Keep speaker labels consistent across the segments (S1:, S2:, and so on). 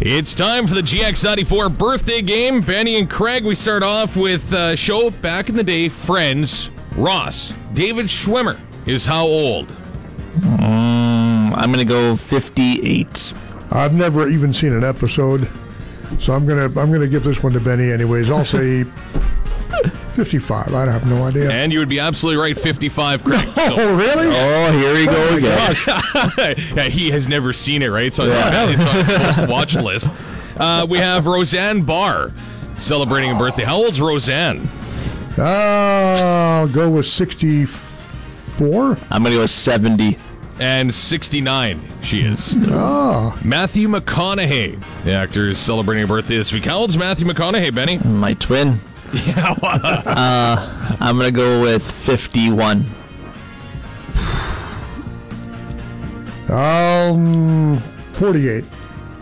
S1: It's time for the GX94 birthday game. Benny and Craig, we start off with a show back in the day, Friends. Ross, David Schwimmer is how old?
S2: I'm gonna go 58.
S3: I've never even seen an episode, so I'm gonna I'm gonna give this one to Benny anyways. I'll say 55. I have no idea.
S1: And you would be absolutely right, 55, Craig. So,
S3: oh really?
S2: Oh, here he goes again.
S1: yeah, he has never seen it, right? So it's on his must-watch list. Uh, we have Roseanne Barr celebrating a birthday. How old's Roseanne?
S3: Uh, I'll go with 64.
S2: I'm gonna go 70.
S1: And 69 she is.
S3: Ah,
S1: Matthew McConaughey, the actor, is celebrating a birthday this week. How old's Matthew McConaughey, Benny?
S2: My twin. uh, I'm gonna go with 51.
S3: um, 48.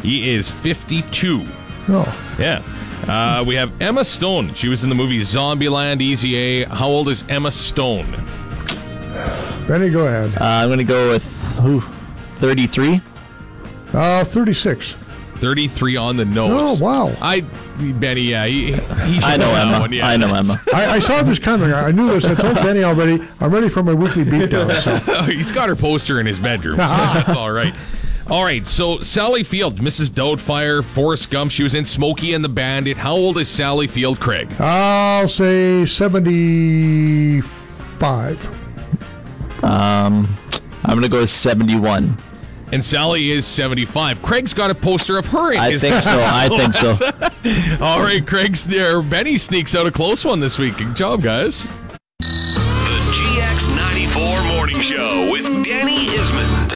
S1: He is 52.
S3: Oh,
S1: Yeah. Uh, we have Emma Stone. She was in the movie Zombieland, Easy A. How old is Emma Stone?
S3: Benny, go ahead.
S2: Uh, I'm gonna go with ooh, 33.
S3: Uh, 36.
S1: 33 on the nose.
S3: Oh wow!
S1: I, Benny, yeah. He, he
S2: I
S1: should
S2: know
S1: that
S2: Emma.
S1: one, yeah.
S2: I know Emma.
S3: I, I saw this coming. I I knew this. I told Benny already. I'm ready for my weekly beatdown. So.
S1: Oh, He's got her poster in his bedroom. so that's all right. All right, so Sally Field, Mrs. Doubtfire, Forrest Gump. She was in Smokey and the Bandit. How old is Sally Field, Craig?
S3: Uh, I'll say 75.
S2: Um, I'm gonna go with 71.
S1: And Sally is 75. Craig's got a poster of her in
S2: I
S1: his
S2: think so. I think so.
S1: All right, Craig's there. Benny sneaks out a close one this week. Good job, guys.